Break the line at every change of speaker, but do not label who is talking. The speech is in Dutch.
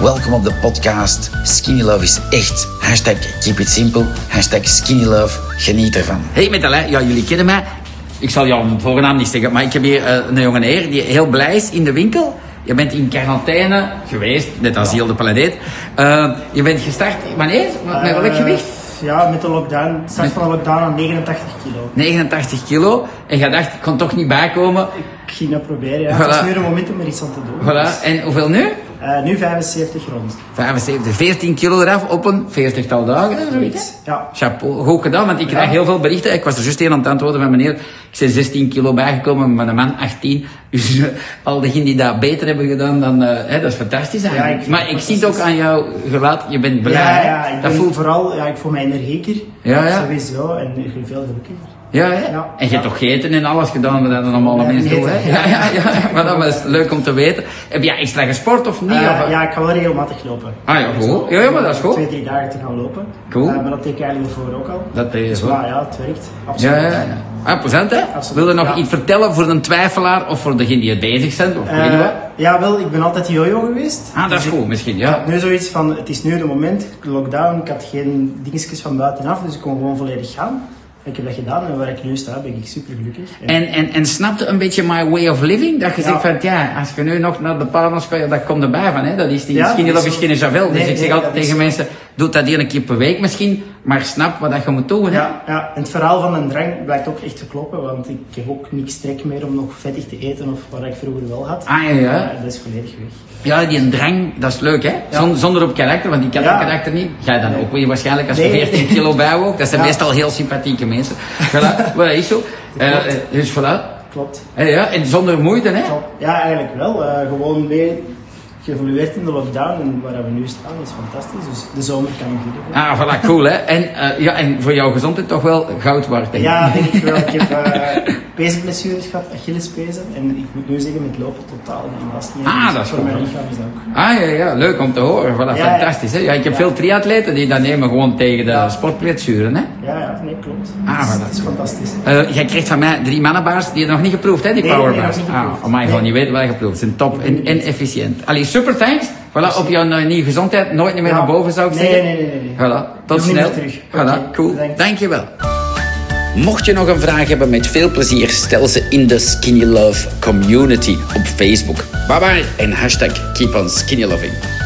Welkom op de podcast. Skinny Love is echt. Hashtag keep it simple. Hashtag skinny love. Geniet ervan.
Hey met hè? ja jullie kennen mij. Ik zal jouw voornaam niet zeggen, maar ik heb hier eh, een jongen heer die heel blij is in de winkel. Je bent in quarantaine geweest, net als heel de planeet. Eh, je bent gestart, wanneer? Met met welk
Eh,
gewicht?
Ja, met de lockdown. Straks van de lockdown aan 89 kilo.
89 kilo. En je dacht, ik kon toch niet bijkomen.
Ik ging dat proberen. Ja.
Voilà.
Het is nu een moment om er iets aan te doen.
Voilà. En hoeveel nu?
Eh, nu 75 rond.
75, 14 kilo eraf op een 40-tal dagen. hè, Zoiets. hè?
Ja.
Chapeau, goed gedaan, want ik krijg heel veel berichten. Ik was er juist één aan het antwoorden van meneer, ik ben 16 kilo bijgekomen, maar een man 18. Dus eh, al diegenen die dat beter hebben gedaan, dan, eh, hè, dat is fantastisch eigenlijk.
ik-
maar ik zie het ook aan jouw gelaat, je bent blij.
Ja,
hè?
ja, ik
dat
ben
voelt...
vooral, ja, ik voel mij energieker.
Ja, ja.
Sowieso, en ik ben veel gelukkiger.
ja, hè?
Ja.
En je hebt toch gegeten en alles gedaan, wat dat allemaal
Ja,
mensen doen. Hè?
eten.
Ja, ja, ja, maar dat was leuk om te weten. Heb jij extra gesport of niet?
Eh,
of,
ja, ik ga wel regelmatig lopen.
Ah ja, goed. Ja, ja, maar dat is goed.
Twee, drie dagen te gaan lopen.
Cool.
Eh, maar dat deed ik eigenlijk hiervoor ook al.
Dat deed je
dus,
zo.
maar ja, het werkt. Absoluut.
Ja, ja, ja. Ah, plezant hè?
Absoluut,
Wil je nog
ja.
iets vertellen voor een twijfelaar of voor degenen die er bezig zijn? Of weet je
Eh,
wat?
ja, wel, ik ben altijd yo-yo geweest.
Ah, dat is
Dus ik-
goed misschien, ja.
Nu zoiets van, het is nu de moment, lockdown, ik had geen dingetjes van buitenaf, dus ik kon gewoon volledig gaan. Ik heb dat gedaan en waar ik nu sta ben ik super gelukkig.
En, en, en snapte een beetje my way of living? Dat je
Ja.
zegt van, ja, als je nu nog naar de partners gaat, dat komt erbij van, hè? Dat is die
Ja,
skinny
dat is
love is
zo.
geen javel. Dus
Nee,
ik zeg
nee,
altijd
dat is
tegen mensen, doe dat hier een keer per week misschien, maar snap wat dat je moet doen, hè?
ja, ja, en het verhaal van een drang blijkt ook echt te kloppen, want ik heb ook niks trek meer om nog vettig te eten of wat ik vroeger wel had.
Ah, ja, ja.
Eh, dat is volledig weg.
Ja, die drang, dat is leuk, hè? Zon- zonder op karakter, want ik had
Ja.
dat karakter niet. Jij dan
Nee.
ook weer waarschijnlijk als je
Nee.
14 kilo bijwoogt. Dat zijn
Ja.
meestal heel sympathieke mensen. Voilà, wat is zo. Eh,
klopt.
eh, dus voilà.
Klopt.
Hé, ja, en zonder moeite, hè?
Klopt. Ja, eigenlijk wel. Eh, gewoon weer geëvolueerd in de lockdown en waar we nu staan is fantastisch. Dus de zomer kan ik hier.
Ah, voilà, cool, hè? En, eh, ja, en voor jouw gezondheid toch wel goud waard, denk ik.
Ja, denk ik wel. Ik heb eh pezenblessures gehad, Achillespezen. En ik moet nu zeggen, met lopen totaal niet last. Niet
Ah,
Dus
dat is
Voor
goed.
mijn lichaam is dat ook.
Ah ja, ja, leuk om te horen. Voilà,
ja.
fantastisch. Hè? Ja, ik heb
Ja.
veel triatleten die dat nemen gewoon tegen de sportpletsuren. Hè?
Ja, ja, nee, klopt.
Ah,
dat,
maar
is,
dat-
dat is fantastisch.
Eh, jij krijgt van mij drie mannenbaars die je nog niet geproefd hè, die
Nee, nee,
powerbars.
nog niet
ah,
geproefd.
oh my god, je
Nee.
weet wel geproefd. Zijn top en, en efficiënt. Allee, super thanks. Voilà, op jouw eh, nieuwe gezondheid. Nooit meer
Ja.
naar boven zou ik
Nee,
zeggen.
nee, nee, nee, nee.
Voilà,
Doe
tot
niet
snel.
meer terug.
Voilà,
Oké,
cool.
bedankt.
Dankjewel. Mocht je nog een vraag hebben, met veel plezier stel ze in de Skinny Love Community op Facebook. Bye bye en hashtag keep on skinny loving.